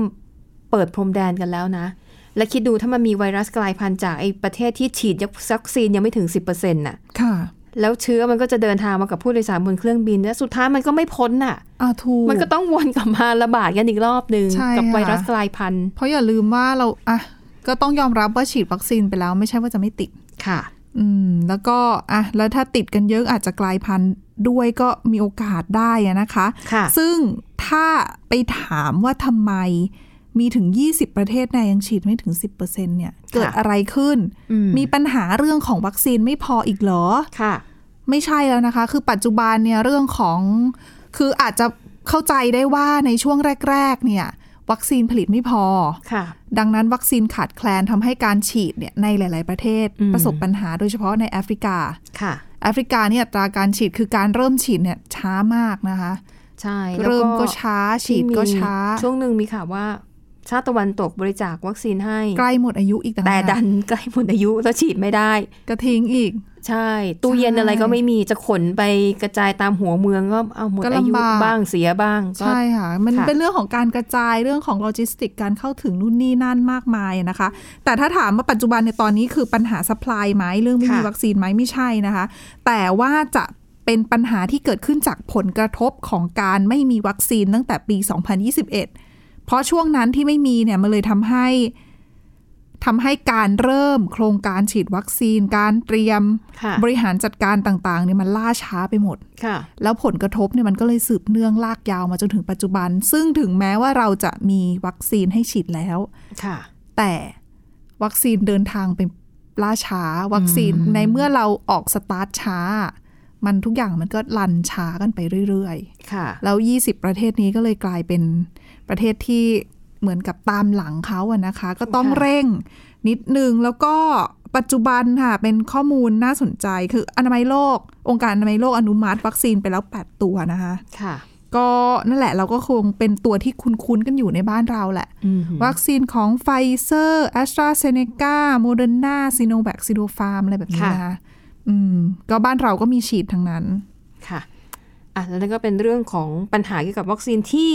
Speaker 2: เปิดพรมแดนกันแล้วนะ และคิดดูถ้ามันมีไวรัสกลายพันธุ์จากไอ้ประเทศที่ฉีดวัคซีนยังไม่ถึง 10%น่ะ
Speaker 3: ค่ะ
Speaker 2: แล้วเชื้อมันก็จะเดินทางมากับผู้โดยสารบนเครื่องบิน และสุดท้ายมันก็ไม่พ้นน่ะ
Speaker 3: อ่าถูก
Speaker 2: มันก็ต้องวนกลับมาระบาดกันอีกรอบหนึ่ง
Speaker 3: ใช่
Speaker 2: กัไวรัส
Speaker 3: ค่ะ
Speaker 2: กลายพันธุ์
Speaker 3: เพราะอย่าลืมว่าเราอ่ะก็ต้องยอมรับว่าฉีดวัคซีนไปแล้วไม่ใช่ว่าจะไม่ติด
Speaker 2: ค่ะ
Speaker 3: อืม แล้วก็อ่ะแล้วถ้าติดกันเยอะอาจจะกลายพันธุ์ด้วยก็มีโอกาสได้อะนะคะ
Speaker 2: ค่ะ
Speaker 3: ซึ่งถ้าไปถามว่าทำไมมีถึง 20 ประเทศในยังฉีดไม่ถึง 10%เนี่ย เกิดอะไรขึ้น
Speaker 2: อืม
Speaker 3: มีปัญหาเรื่องของวัคซีนไม่พออีกเหรอ
Speaker 2: ค่ะ
Speaker 3: ไม่ใช่แล้วนะคะ คือปัจจุบันเนี่ยเรื่องของคืออาจจะเข้าใจได้ว่าในช่วงแรก ๆ เนี่ย วัคซีนผลิตไม่พอ
Speaker 2: ค่ะ
Speaker 3: ดังนั้นวัคซีนขาดแคลนทำให้การฉีดเนี่ยในหลาย ๆ ประเทศ
Speaker 2: อืม
Speaker 3: ประสบปัญหาโดยเฉพาะในแอฟริกา
Speaker 2: ค่ะ
Speaker 3: แอฟริกาเนี่ยอัตราการฉีดคือการเริ่มฉีดเนี่ยช้ามากนะคะ
Speaker 2: ใช่แล้ว
Speaker 3: เริ่มก็ช้าฉีดก็
Speaker 2: ที่มี
Speaker 3: ช้า
Speaker 2: ช่วงหนึ่งมีข่าวว่า ชาติตะวันตกบริจาควัคซีนให้
Speaker 3: ใกล้หมดอายุอีกต่าง
Speaker 2: แต่
Speaker 3: หา
Speaker 2: ดั
Speaker 3: ก
Speaker 2: นใกล้หมดอายุแล้วฉีดไม่ได้
Speaker 3: กระทิ้งอีก
Speaker 2: ใช่ ตู้เย็นอะไรก็ไม่มีจะขนไปกระจายตามหัวเมืองก็เอาหมด
Speaker 3: ก็
Speaker 2: อายุ
Speaker 3: ลำบาก
Speaker 2: บ้างเสียบ้างก็
Speaker 3: ใช่ค่ะ มัน
Speaker 2: ค่ะ
Speaker 3: เป็นเรื่องของการกระจายเรื่องของโลจิสติกการเข้าถึงนู่นนี่นั่นมากมายนะคะ แต่ถ้าถามว่าปัจจุบันในยตอนนี้คือปัญหา supply ไหมเรื่องไม่มีวัคซีนไหมไม่ใช่นะคะ แต่ว่าจะเป็นปัญหาที่เกิดขึ้นจากผลกระทบของการไม่มีวัคซีนตั้งแต่ปี 2021 เพราะช่วงนั้นที่ไม่มีเนี่ยมันเลยทำให้ทำให้การเริ่มโครงการฉีดวัคซีน การเตรียม
Speaker 2: ค่ะ
Speaker 3: บริหารจัดการต่างๆเนี่ยมันล่าช้าไปหมด
Speaker 2: ค่ะ
Speaker 3: แล้วผลกระทบเนี่ยมันก็เลยสืบเนื่องลากยาวมาจนถึงปัจจุบัน ซึ่งถึงแม้ว่าเราจะมีวัคซีนให้ฉีดแล้ว
Speaker 2: ค่ะ
Speaker 3: แต่วัคซีนเดินทางเป็นล่าช้า วัคซีนในเมื่อเราออกสตาร์ทช้า มันทุกอย่างมันก็ลันช้ากันไปเรื่อย
Speaker 2: ค่ะ
Speaker 3: ๆ แล้ว 20 ประเทศนี้ก็เลยกลายเป็นประเทศที่เหมือนกับตามหลังเขาอะนะคะ ก็ต้อง
Speaker 2: ค่ะ
Speaker 3: เร่งนิดนึงแล้วก็ปัจจุบันค่ะเป็นข้อมูลน่าสนใจคืออนามัยโลก องค์การอนามัยโลกอนุมัติ วัคซีนไปแล้ว 8 ตัวนะคะ
Speaker 2: ค่ะ
Speaker 3: ก็นั่นแหละเราก็คงเป็นตัวที่คุ้นๆกันอยู่ในบ้านเราแหละ
Speaker 2: อืม
Speaker 3: วัคซีนของไฟเซอร์แอสตราเซเนกาโมเดอร์นาซีโนแวคซีโนฟาร์มอะไรแบบนี้นะคะ อืม ก็บ้านเราก็มีฉีดทั้งนั้น
Speaker 2: ค่ะอ่ะแล้วนั่นก็เป็นเรื่องของปัญหาเกี่ยวกับวัคซีนที่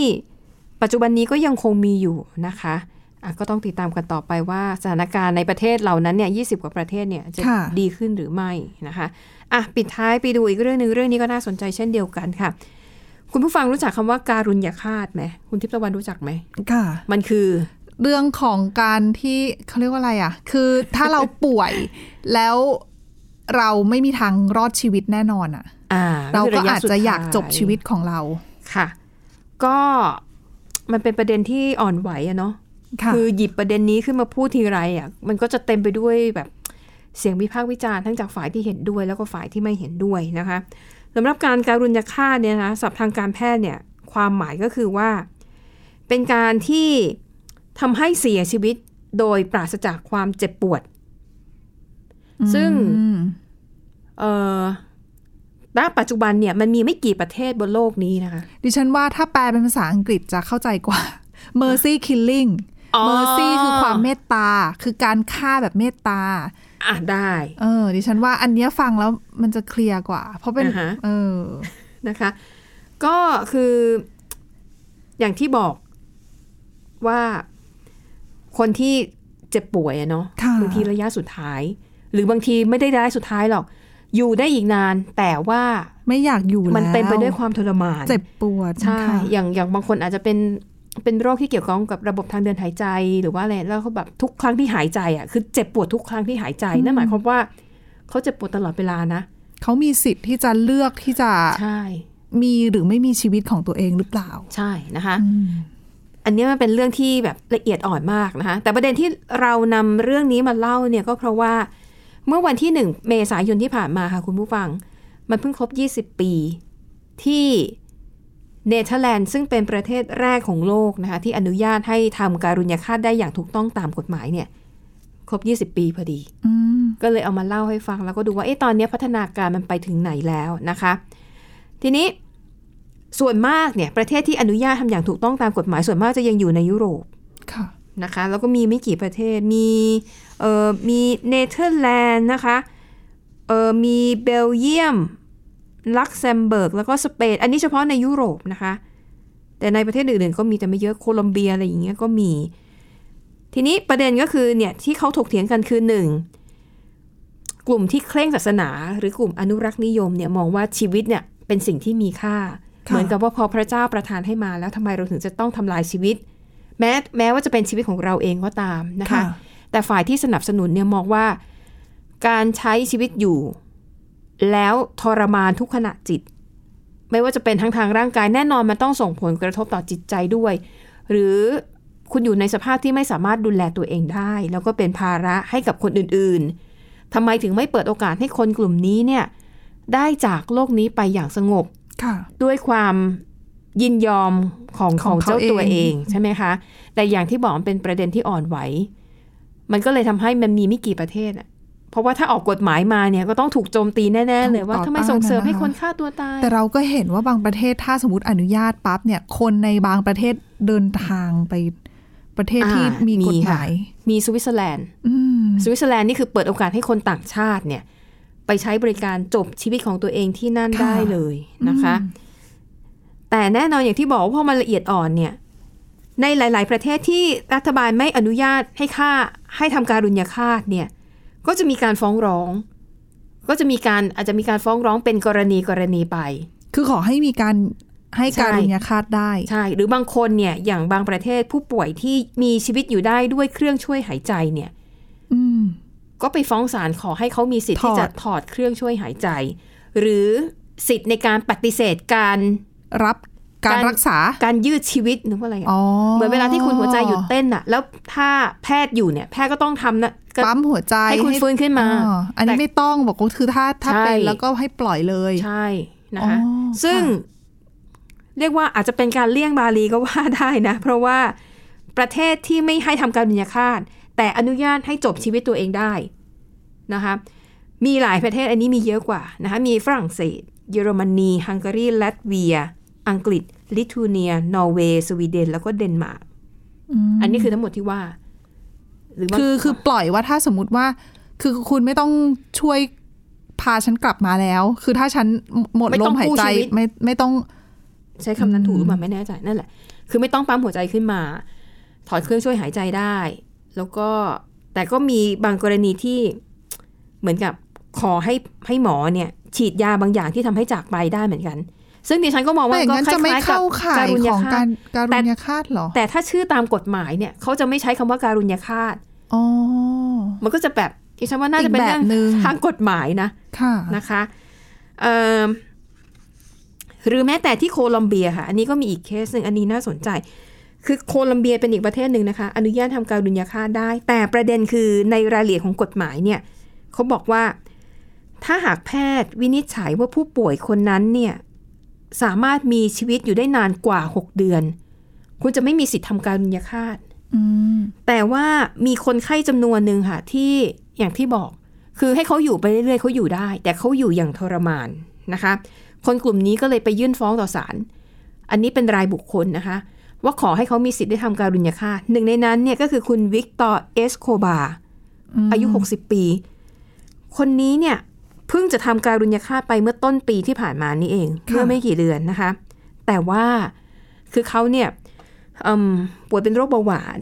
Speaker 2: ปัจจุบันนี้ก็ยังคงมีอยู่นะคะอ่ะก็ต้องติดตามกันต่อไปว่าสถานการณ์ในประเทศเหล่านั้นเนี่ยยีกว่าประเทศเนี่ยจะ
Speaker 3: ค่ะ
Speaker 2: ดีขึ้นหรือไม่นะคะอ่ะปิดท้ายไปดูอีกเรื่องหนึ่งเรื่องนี้ก็น่าสนใจเช่นเดียวกันค่ะ คุณผู้ฟังรู้จักคำว่าการุญยฆาตไหมคุณทิพย์ตะวันรู้จักไหม
Speaker 3: ค่ะ
Speaker 2: มันคือ
Speaker 3: เรื่องของการที่เขาเรียกว่าอะไรอ่ะ คือถ้าเราป่วยแล้วเราไม่มีทางรอดชีวิตแน่นอนอ่ะ
Speaker 2: อ่า
Speaker 3: เรา
Speaker 2: คื
Speaker 3: ก็
Speaker 2: ย
Speaker 3: อาจ
Speaker 2: สุด
Speaker 3: จะอยาก
Speaker 2: ท้
Speaker 3: จบชีวิตของเรา
Speaker 2: ค่ะ ก็มันเป็นประเด็นที่อ่อนไหวอะเนาะ
Speaker 3: ค่ะ
Speaker 2: คือหยิบประเด็นนี้ขึ้นมาพูดทีไรอ่ะมันก็จะเต็มไปด้วยแบบเสียงวิพากษ์วิจารณ์ทั้งจากฝ่ายที่เห็นด้วย แล้วก็ฝ่ายที่ไม่เห็นด้วยนะคะสำหรับการการุญยฆาตเนี่ยนะศัพท์ทางการแพทย์เนี่ยความหมายก็คือว่า เป็นการที่ทำให้เสียชีวิตโดยปราศจากความเจ็บปวด ซึ่ง
Speaker 3: อืม
Speaker 2: เอ่อณปัจจุบันเนี่ยมันมีไม่กี่ประเทศบนโลกนี้นะคะ
Speaker 3: ดิฉันว่าถ้าแปลเป็นภาษาอังกฤษจะเข้าใจกว่า [LAUGHS] mercy killing
Speaker 2: อ๋อ
Speaker 3: mercy คือความเมตตา คือการฆ่าแบบเมตตา
Speaker 2: อ่ะได้
Speaker 3: เออ ดิฉันว่าอันเนี้ยฟังแล้วมันจะเคลียร์กว่า เพราะเป็น
Speaker 2: อ่าฮะ
Speaker 3: เออ
Speaker 2: นะคะก็คืออย่างที่บอกว่าคนที่เจ็บป่วยอะเนาะ
Speaker 3: ค่ะ
Speaker 2: บางทีระยะสุดท้าย หรือบางทีไม่ได้ระยะสุดท้ายหรอก อยู่ได้อีกนาน แต่ว่า
Speaker 3: ไม่อยากอยู่แล้ว
Speaker 2: มันเต็มไปด้วยความทรมาน
Speaker 3: เจ็บปวด
Speaker 2: ใช่
Speaker 3: ค่ะ
Speaker 2: อย่างอย่างบางคนอาจจะเป็นเป็นโรคที่เกี่ยวข้องกับระบบทางเดินหายใจหรือว่าอะไรแล้วเขาแบบทุกครั้งที่หายใจอ่ะคือเจ็บปวดทุกครั้งที่หายใจนั่นหมายความว่าเขาเจ็บปวดตลอดเวลานะ
Speaker 3: เขามีสิทธิ์ที่จะเลือกที่จะ
Speaker 2: ใช่
Speaker 3: มีหรือไม่มีชีวิตของตัวเองหรือเปล่า
Speaker 2: ใช่นะคะ
Speaker 3: อืม
Speaker 2: อันเนี้ยมันเป็นเรื่องที่แบบละเอียดอ่อนมากนะคะ แต่ประเด็นที่เรานำเรื่องนี้มาเล่าเนี่ยก็เพราะว่าเมื่อวันที่หนึ่งเมษายนที่ผ่านมาค่ะคุณผู้ฟัง มันเพิ่งครบ 20 ปี ที่เนเธอร์แลนด์ซึ่งเป็นประเทศแรกของโลกนะคะ ที่อนุญาตให้ทำการุญยฆาตได้อย่างถูกต้องตามกฎหมายเนี่ย ครบ 20 ปีพอดี
Speaker 3: อืม
Speaker 2: ก็เลยเอามาเล่าให้ฟังแล้วก็ดูว่าเอ๊ะตอนเนี้ยพัฒนาการมันไปถึงไหนแล้วนะคะ ทีนี้ส่วนมากเนี่ยประเทศที่อนุญาตทำอย่างถูกต้องตามกฎหมายส่วนมากจะยังอยู่ในยุโรป
Speaker 3: ค่ะ
Speaker 2: นะคะ แล้วก็มีไม่กี่ประเทศมีเอ่อมีเนเธอร์แลนด์นะคะเอ่อมีเบลเยียมลักเซมเบิร์กแล้วก็สเปนอันนี้เฉพาะในยุโรปนะคะ แต่ในประเทศอื่นๆก็มีแต่ไม่เยอะโคลอมเบียอะไรอย่างเงี้ยก็มี ทีนี้ประเด็นก็คือเนี่ยที่เขาถกเถียงกันคือหนึ่ง กลุ่มที่เคร่งศาสนา หรือกลุ่มอนุรักษ์นิยมเนี่ยมองว่าชีวิตเนี่ยเป็นสิ่งที่มีค่า
Speaker 3: ค่ะ
Speaker 2: เหมือนกับว่าพอพระเจ้าประทานให้มาแล้วทำไมเราถึงจะต้องทำลายชีวิต แม้แม้ว่าจะเป็นชีวิตของเราเองก็ตามนะคะ แต่ฝ่ายที่สนับสนุนเนี่ยมองว่าการใช้ชีวิตอยู่ แล้วทรมานทุกขณะจิต ไม่ว่าจะเป็นทั้งทางร่างกายแน่นอนมันต้องส่งผลกระทบต่อจิตใจด้วย หรือคุณอยู่ในสภาพที่ไม่สามารถดูแลตัวเองได้ แล้วก็เป็นภาระให้กับคนอื่นๆทำไมถึงไม่เปิดโอกาสให้คนกลุ่มนี้เนี่ยได้จากโลกนี้ไปอย่างสงบ
Speaker 3: ค่ะ
Speaker 2: ด้วยความยินยอมของข
Speaker 3: ของ
Speaker 2: องเจ้า
Speaker 3: เขาเอง
Speaker 2: ตัวเองใช่ไหมคะ แต่อย่างที่บอกมันเป็นประเด็นที่อ่อนไหว มันก็เลยทำให้มันมีไม่กี่ประเทศอะเพราะว่าถ้าออกกฎหมายมาเนี่ยก็ต้องถูกโจมตีแน่ ๆ เลยว่า
Speaker 3: ถูกต่อ
Speaker 2: ทำไมส่งเสริม
Speaker 3: ต้าน
Speaker 2: ให้
Speaker 3: นะคะ
Speaker 2: คนฆ่าตัวตาย
Speaker 3: แต่เราก็เห็นว่าบางประเทศถ้าสมมติอนุญาตปั๊บเนี่ย คนในบางประเทศเดินทางไปประเทศที่
Speaker 2: อ่ามี
Speaker 3: มีกฎห
Speaker 2: ค่ะ
Speaker 3: มาย
Speaker 2: มีสวิตเซอร์แลนด์
Speaker 3: อืม
Speaker 2: สวิตเซอร์แลนด์นี่คือเปิดโอกาสให้คนต่างชาติเนี่ยไปใช้บริการจบชีวิตของตัวเองที่นั่นได้เลยนะคะ แต่แน่นอนอย่างที่บอกว่าพอมันละเอียดอ่อนเนี่ยในหลาย ๆ ประเทศที่รัฐบาลไม่อนุญาตให้ฆ่าให้ทำการุญยฆาตเนี่ยก็จะมีการฟ้องร้อง ก็จะมีการอาจจะมีการฟ้องร้องเป็นกรณีกรณีไป
Speaker 3: คือขอให้มีการให้
Speaker 2: ใช่
Speaker 3: การุญยฆาตได้
Speaker 2: ใช่ หรือบางคนเนี่ยอย่างบางประเทศผู้ป่วยที่มีชีวิตอยู่ได้ด้วยเครื่องช่วยหายใจเนี่ย
Speaker 3: อืม
Speaker 2: ก็ไปฟ้องศาลขอให้เขามีสิทธิ์ที่จะ
Speaker 3: ถอด
Speaker 2: ถอดเครื่องช่วยหายใจ หรือสิทธิ์ในการปฏิเสธการ
Speaker 3: รับการรักษา
Speaker 2: การยืดชีวิตนึกว่าอะไรอะ
Speaker 3: อ๋อ
Speaker 2: เหมือนเวลาที่คุณหัวใจหยุดเต้นน่ะ แล้วถ้าแพทย์อยู่เนี่ย แพทย์ก็ต้องทำนะก็
Speaker 3: ปั๊มหัวใจ
Speaker 2: ให้คุณฟื้นขึ้นมา
Speaker 3: อ๋ออันนี้
Speaker 2: แต่
Speaker 3: ไม่ต้องบอกว่าคือถ้าถ้า
Speaker 2: ใช่
Speaker 3: เป็นแล้วก็ให้ปล่อยเลย
Speaker 2: ใช่นะคะ
Speaker 3: อ๋อค่ะ
Speaker 2: ซึ่งเรียกว่าอาจจะเป็นการเลี่ยงบาลีก็ว่าได้นะ [LAUGHS] เพราะว่าประเทศที่ไม่ให้ทำการดุญยฆาตแต่อนุญาตให้จบชีวิตตัวเองได้นะคะมีหลายประเทศอันนี้มีเยอะกว่านะคะมีฝรั่งเศส เยอรมนีฮังการีลัตเวีย อังกฤษ ลิทัวเนีย นอร์เวย์สวีเดน แล้วก็เดนมาร์ก
Speaker 3: ม
Speaker 2: อันนี้คือทั้งหมดที่ว่า หรืว่า
Speaker 3: คือคือปล่อยว่าถ้าสมมติว่า คือคุณไม่ต้องช่วยพ พาฉันกลับมาแล้ว คือถ้าฉันหมด
Speaker 2: ไม่
Speaker 3: ล
Speaker 2: ต้อ
Speaker 3: ม
Speaker 2: ง
Speaker 3: หาย
Speaker 2: กู้
Speaker 3: ใจ
Speaker 2: ชีวิต
Speaker 3: ไม่ไม่ต้อง
Speaker 2: ใช้คำนั้นถูกหรือเปล่าไม่แน่ใจนั่นแหละ คือไม่ต้องปั๊มหัวใจขึ้นมา ถอดเครื่องช่วยหายใจได้ แล้วก็แต่ก็มีบางกรณีที่เหมือนกับขอให้ให้หมอเนี่ย ฉีดยาบางอย่างที่ทำให้จากไปได้เหมือนกัน ซึ่งดิฉันก็มอง
Speaker 3: แต่
Speaker 2: ว่า
Speaker 3: อย่าง
Speaker 2: ก็
Speaker 3: นั้น
Speaker 2: ค
Speaker 3: จะไม่
Speaker 2: ล้ายๆกับ
Speaker 3: เข้าข่า
Speaker 2: กา
Speaker 3: ย
Speaker 2: รุญ
Speaker 3: ข
Speaker 2: ย
Speaker 3: อง
Speaker 2: ฆา
Speaker 3: การ
Speaker 2: ต
Speaker 3: การุ
Speaker 2: แต่
Speaker 3: ญยฆาตเหรอ
Speaker 2: แต่ถ้าชื่อตามกฎหมายเนี่ย เขาจะไม่ใช้คำว่าการุญยฆาต
Speaker 3: อ๋อ
Speaker 2: มันก็จะแบบดิฉันว่าน่าจะเป็น
Speaker 3: อีก
Speaker 2: เรื่อ
Speaker 3: แบ
Speaker 2: บ
Speaker 3: หนึ่ง
Speaker 2: งทางกฎหมายนะ
Speaker 3: ค่ะ
Speaker 2: นะคะเอิ่มหรือแม้แต่ที่โคลอมเบียค่ะ อันนี้ก็มีอีกเคสหนึ่งอันนี้น่าสนใจ คือโคลอมเบียเป็นอีกประเทศหนึ่งนะคะ อนุญาตทำการดุลยฆาตได้ แต่ประเด็นคือในรายละเอียดของกฎหมายเนี่ยเขาบอกว่าถ้าหากแพทย์วินิจฉัยว่าผู้ป่วยคนนั้นเนี่ยสามารถมีชีวิตอยู่ได้นานกว่า 6 เดือน คุณจะไม่มีสิทธิ์ทำการดุลยฆาต
Speaker 3: อืม
Speaker 2: แต่ว่ามีคนไข้จำนวนหนึ่งค่ะ ที่อย่างที่บอก คือให้เขาอยู่ไปเรื่อยๆเขาอยู่ได้ แต่เขาอยู่อย่างทรมานนะคะ คนกลุ่มนี้ก็เลยไปยื่นฟ้องต่อศาลอันนี้เป็นรายบุคคลนะคะ ว่าขอให้เขามีสิทธิ์ได้ทำการุญยฆาตหนึ่งในนั้นเนี่ยก็คือคุณวิกตอร์เอสโคบาร์
Speaker 3: อืม
Speaker 2: อายุ 60 ปี คนนี้เนี่ยเพิ่งจะทำการุญยฆาตไปเมื่อต้นปีที่ผ่านมานี้เองเมื่อไม่กี่เดือนนะคะ แต่ว่าคือเขาเนี่ยเอิ่มป่วยเป็นโรคเบาหวาน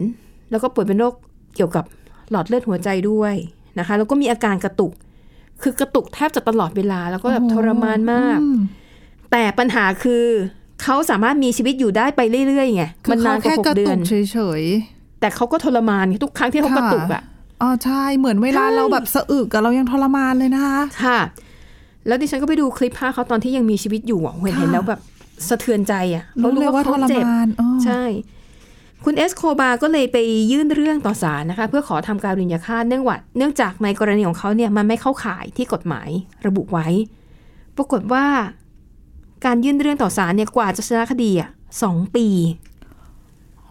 Speaker 2: แล้วก็ป่วยเป็นโรคเกี่ยวกับหลอดเลือดหัวใจด้วยนะคะ แล้วก็มีอาการกระตุก คือกระตุกแทบจะตลอดเวลา แล้วก็แบบทรมานมาก
Speaker 3: อืม
Speaker 2: แต่ปัญหาคือเขาสามารถมีชีวิตอยู่ได้ไปเรื่อยๆไง
Speaker 3: คือ
Speaker 2: มัน
Speaker 3: เขา
Speaker 2: นานก
Speaker 3: แค่
Speaker 2: ว่าหก
Speaker 3: กระ
Speaker 2: เดื
Speaker 3: ตุ
Speaker 2: อน
Speaker 3: กเฉย
Speaker 2: แต่เขาก็ทรมานไงทุกครั้งที่เขา
Speaker 3: ค่ะ
Speaker 2: กระตุกอะ
Speaker 3: ๆอ๋อใช่เหมือนเวลา
Speaker 2: ใช่
Speaker 3: เราแบบสะอึกกับเรายังทรมานเลยนะคะ
Speaker 2: ค่ะ แล้วดิฉันก็ไปดูคลิปภาพเขาตอนที่ยังมีชีวิตอยู่อะเห็น
Speaker 3: ค่ะ
Speaker 2: เห็นแล้วแบบสะเทือนใจอะพะ
Speaker 3: รู้เลยว่าท
Speaker 2: ข
Speaker 3: ร
Speaker 2: จ็บ
Speaker 3: มานอ๋อ
Speaker 2: ใช่ คุณเอสโคบาร์ก็เลยไปยื่นเรื่องต่อศาลนะคะ เพื่อขอทำการดุลยฆาตเนื่องวัดเนื่องจากในกรณีของเขาเนี่ยมันไม่เข้าข่ายที่กฎหมายระบุไว้ ปรากฏว่าการยื่นเรื่องต่อศาลเนี่ยกว่าจะชนะคดีอ่ะสองปี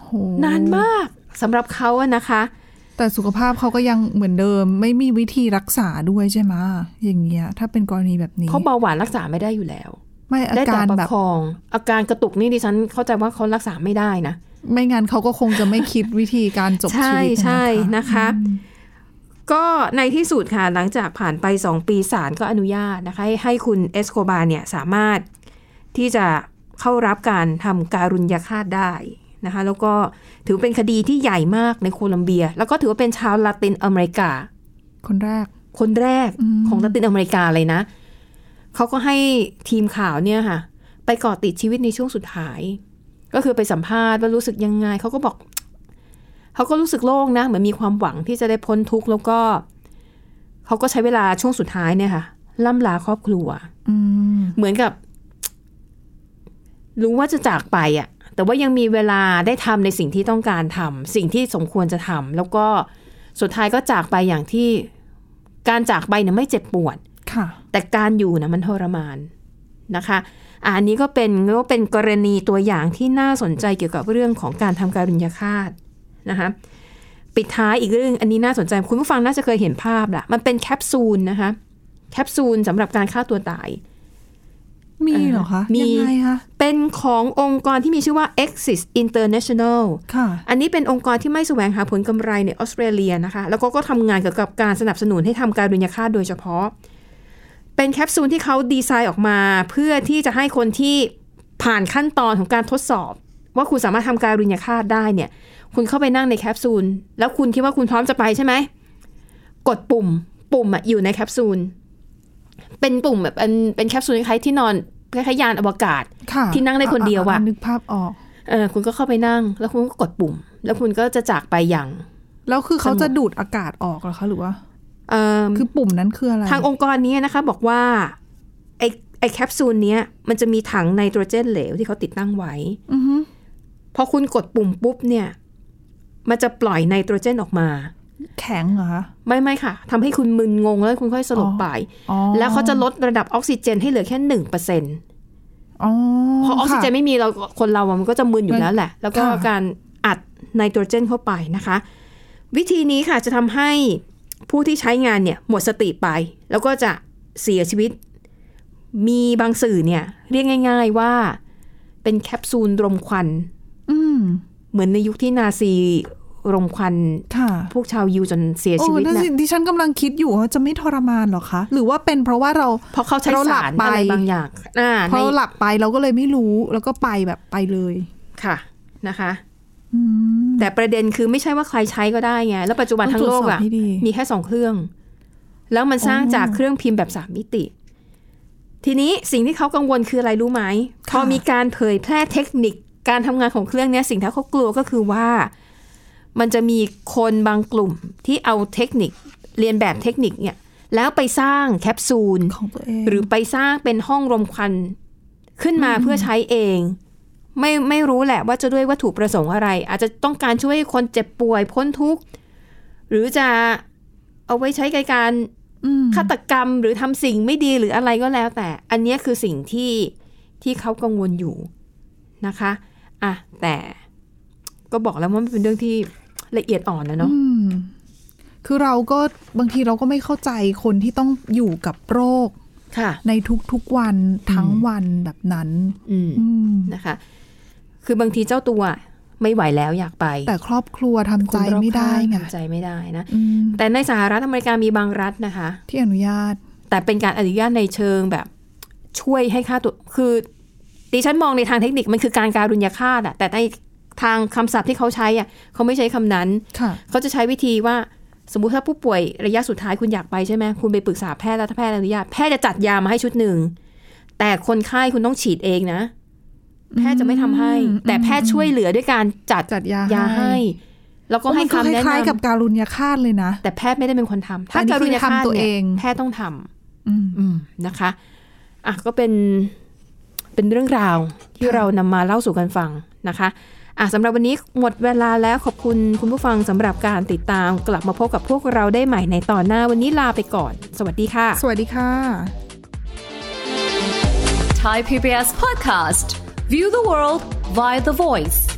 Speaker 3: โห
Speaker 2: นานมากสำหรับเขาอะนะคะ
Speaker 3: แต่สุขภาพเขาก็ยังเหมือนเดิม ไม่มีวิธีรักษาด้วยใช่ไหมะอย่างเงี้ย ถ้าเป็นกรณีแบบนี้
Speaker 2: เขาเบาหวานรักษาไม่ได้อยู่แล้ว
Speaker 3: ไม่อา
Speaker 2: ได้แต่
Speaker 3: การ
Speaker 2: ประ
Speaker 3: แบบ
Speaker 2: คอง อาการกระตุกนี่ดิฉันเข้าใจว่าเขารักษาไม่ได้นะ
Speaker 3: ไม่งั้นเขาก็คงจะไม่คิดวิธีการจบชีวิต
Speaker 2: ใช่
Speaker 3: นะ
Speaker 2: ใช่
Speaker 3: คะ
Speaker 2: นะคะ ก็ในที่สุดค่ะ หลังจากผ่านไป 2 ปีศาลก็อนุญาตนะคะ ให้ให้คุณเอสโคบาเนี่ยสามารถที่จะเข้ารับการทำการุญยฆาตได้นะคะ แล้วก็ถือเป็นคดีที่ใหญ่มากในโคลัมเบีย แล้วก็ถือว่าเป็นชาวลาตินอเมริกา
Speaker 3: คนแรก
Speaker 2: คนแรก
Speaker 3: อืม
Speaker 2: ของลาตินอเมริกาเลยนะ เขาก็ให้ทีมข่าวเนี่ยค่ะ ไปเกาะติดชีวิตในช่วงสุดท้าย ก็คือไปสัมภาษณ์ว่ารู้สึกยังไง เขาก็บอก เขาก็รู้สึกโล่งนะ เหมือนมีความหวังที่จะได้พ้นทุกข์แล้วก็ เขาก็ใช้เวลาช่วงสุดท้ายเนี่ยค่ะ ล่ำลาครอบครัว
Speaker 3: อืม
Speaker 2: เหมือนกับ รู้ว่าจะจากไปอะ่ะ แต่ว่ายังมีเวลาได้ทำในสิ่งที่ต้องการทำสิ่งที่สมควรจะทำแล้วก็สุดท้ายก็จากไปอย่างที่การจากไปเนี่ยไม่เจ็บปวด
Speaker 3: ค่ะ
Speaker 2: แต่การอยู่นะมันทรมานนะคะอะอันนี้ก็เป็นก็เป็นกรณีตัวอย่างที่น่าสนใจเกี่ยวกับเรื่องของการทำการุญยฆาตนะคะปิดท้ายอีกเรื่องอันนี้น่าสนใจคุณผู้ฟังน่าจะเคยเห็นภาพละมันเป็นแคปซูลนะคะแคปซูลสำหรับการฆ่าตัวตาย
Speaker 3: มีเหรอคะ
Speaker 2: มี
Speaker 3: ยังไงคะ
Speaker 2: เป็นขององค์กรที่มีชื่อว่า Exis International
Speaker 3: ค่ะ
Speaker 2: อันนี้เป็นองค์กรที่ไม่แสวงหาผลกำไรในออสเตรเลียนะคะ แล้วก็ก็ทำงานเกี่ยวกับการสนับสนุนให้ทำการดุลยฆาตโดยเฉพาะ เป็นแคปซูลที่เขาดีไซน์ออกมาเพื่อที่จะให้คนที่ผ่านขั้นตอนของการทดสอบ ว่าคุณสามารถทำการดุลยฆาตได้เนี่ย คุณเข้าไปนั่งในแคปซูล แล้วคุณคิดว่าคุณพร้อมจะไปใช่ไหม กดปุ่ม ปุ่มอะอยู่ในแคปซูล เป็นปุ่มแบบเป็นเป็นแคปซูลคล้ายๆที่นอนคล้ายๆยานอวกาศ
Speaker 3: ค่ะ
Speaker 2: ที่นั่งได้คนเดียวอะ
Speaker 3: นึกภาพออก
Speaker 2: เออคุณก็เข้าไปนั่ง แล้วคุณก็กดปุ่ม แล้วคุณก็จะจากไปอย่าง
Speaker 3: แล้วคือเขา
Speaker 2: สงบ
Speaker 3: จะดูดอากาศออกเหรอคะหรือว่า
Speaker 2: เอิ่ม
Speaker 3: คือปุ่มนั้นคืออะไร
Speaker 2: ทางองค์กรนี้นะคะบอกว่าไอ้ไอ้แคปซูลเนี้ยมันจะมีถังไนโตรเจนเหลวที่เขาติดตั้งไว้
Speaker 3: อือฮึ
Speaker 2: พอคุณกดปุ่มปุ๊บเนี่ย มันจะปล่อยไนโตรเจนออกมา
Speaker 3: แข็งเหรอคะ
Speaker 2: ไม่ไม่ค่ะทำให้คุณมึนงงแล้วคุณค่อยสลบ
Speaker 3: อ๋อ
Speaker 2: ไป
Speaker 3: อ๋อ
Speaker 2: แล้วเขาจะลดระดับออกซิเจนให้เหลือแค่หนึ่งเปอร์เซ็น
Speaker 3: อ๋อ
Speaker 2: พอออกซิเจน
Speaker 3: ค่ะ
Speaker 2: ไม่มีเราคนเราอะมันก็จะมึนอยู่แล้วแหละ แล้วก็
Speaker 3: ค่ะ
Speaker 2: การอัดไนโตรเจนเข้าไปนะคะ วิธีนี้ค่ะจะทำให้ผู้ที่ใช้งานเนี่ยหมดสติไป แล้วก็จะเสียชีวิต มีบางสื่อเนี่ยเรียกง่าย ๆว่าเป็นแคปซูลรมควัน
Speaker 3: อืม
Speaker 2: เหมือนในยุคที่นาซี รมควัน
Speaker 3: ค่ะ
Speaker 2: พวกชาวยิวจนเสียชีวิต
Speaker 3: โอ้นั่น
Speaker 2: นะ
Speaker 3: สิดิฉันกำลังคิดอยู่ว่าจะไม่ทรมานเหรอคะ หรือว่าเป็นเพราะว่าเรา
Speaker 2: เพราะเขาใช้
Speaker 3: เราหลั
Speaker 2: สา
Speaker 3: บ
Speaker 2: ร
Speaker 3: ไป
Speaker 2: อะไรบางอย่างอ่า
Speaker 3: เพราะเราหลับไปเราก็เลยไม่รู้แล้วก็ไปแบบไปเลย
Speaker 2: ค่ะนะคะ
Speaker 3: อืม
Speaker 2: แต่ประเด็นคือไม่ใช่ว่าใครใช้ก็ได้ไง แล้วปัจจุบัน
Speaker 3: ต้อง
Speaker 2: ทั้งโลกอ่ะ
Speaker 3: ตรวจสอบให้ดี
Speaker 2: มีแค่สองเครื่อง แล้วมันสร้าง
Speaker 3: อ๋อ
Speaker 2: จากเครื่องพิมพ์แบบสามมิติ ทีนี้สิ่งที่เขากังวลคืออะไรรู้ไหมพ
Speaker 3: ค่ะ
Speaker 2: อมีการเผยแพร่เทคนิคการทำงานของเครื่องเนี้ยสิ่งที่เขากลัวก็คือว่า มันจะมีคนบางกลุ่มที่เอาเทคนิคเรียนแบบเทคนิคเนี่ย แล้วไปสร้างแคปซูล
Speaker 3: ของตัวเอง
Speaker 2: หรือไปสร้างเป็นห้องรมควันขึ้นมาเพื่อใช้เอง ไม่ไม่รู้แหละว่าจะด้วยวัตถุประสงค์อะไร อาจจะต้องการช่วยคนเจ็บป่วยพ้นทุกข์หรือจะเอาไว้ใช้ในการ
Speaker 3: ม
Speaker 2: ฆาตกรรมหรือทำสิ่งไม่ดีหรืออะไรก็แล้ว แต่ อันเนี้ยคือสิ่งที่ที่เขากังวลอยู่นะคะอ่ะแต่ก็บอกแล้วว่ามันเป็นเรื่องที่ละเอียดอ่อนนะเนาะ
Speaker 3: อืมคือเราก็บางทีเราก็ไม่เข้าใจคนที่ต้องอยู่กับโรค
Speaker 2: ค่ะ
Speaker 3: ในทุกๆวันทั้งวันแบบนั้น
Speaker 2: อืม
Speaker 3: อืม
Speaker 2: นะคะ คือบางทีเจ้าตัวไม่ไหวแล้วอยากไป
Speaker 3: แต่ครอบครัวทำใจ
Speaker 2: คนรอบ
Speaker 3: ไม่ได้
Speaker 2: ข้าง
Speaker 3: ไง
Speaker 2: ทำใจไม่ได้นะ
Speaker 3: อืม
Speaker 2: แต่ในสหรัฐอเมริกามีบางรัฐนะคะ
Speaker 3: ที่อนุญาต
Speaker 2: แต่เป็นการอนุญาตในเชิงแบบช่วยให้ค่าตัว คือดิฉันมองในทางเทคนิคมันคือการการุญยฆาตอะแต่ในทางคำศัพท์ที่เขาใช้อะเขาไม่ใช้คำนั้น
Speaker 3: ค่ะ
Speaker 2: เขาจะใช้วิธีว่าสมมุติถ้าผู้ป่วยระยะสุดท้ายคุณอยากไปใช่ไหมคุณไปปรึกษาแพทย์แล้วถ้าแพทย์อนุญาตแพทย์จะจัดยามาให้ชุดหนึ่ง แต่คนไข้คุณต้องฉีดเองนะ แพทย์จะไม่ทำให้
Speaker 3: อืม
Speaker 2: แต่แพทย์ช่วยเหลือด้วยการจัด
Speaker 3: จัดยาย
Speaker 2: าให้ แล้วก็ให้
Speaker 3: มันอ
Speaker 2: คำแนะ
Speaker 3: คล้ายๆกับ
Speaker 2: นำ
Speaker 3: การุญยฆาตเลยนะ
Speaker 2: แต่แพทย์ไม่ได้เป็นคนทำถ้า
Speaker 3: อันนี้
Speaker 2: การุณยฆา
Speaker 3: คือทำตัว
Speaker 2: นี่ย
Speaker 3: เอง
Speaker 2: แพทย์ต้องทำ
Speaker 3: อืม
Speaker 2: อืมนะคะ อ่ะก็เป็นเป็นเรื่องราวที่เรานำมาเล่าสู่กันฟังนะคะ อ่ะสำหรับวันนี้หมดเวลาแล้วขอบคุณคุณผู้ฟังสำหรับการติดตามกลับมาพบกับพวกเราได้ใหม่ในตอนหน้าวันนี้ลาไปก่อน สวัสดีค่ะ
Speaker 3: สวัสดีค่ะ
Speaker 4: Thai PBS podcast. View the world via the voice.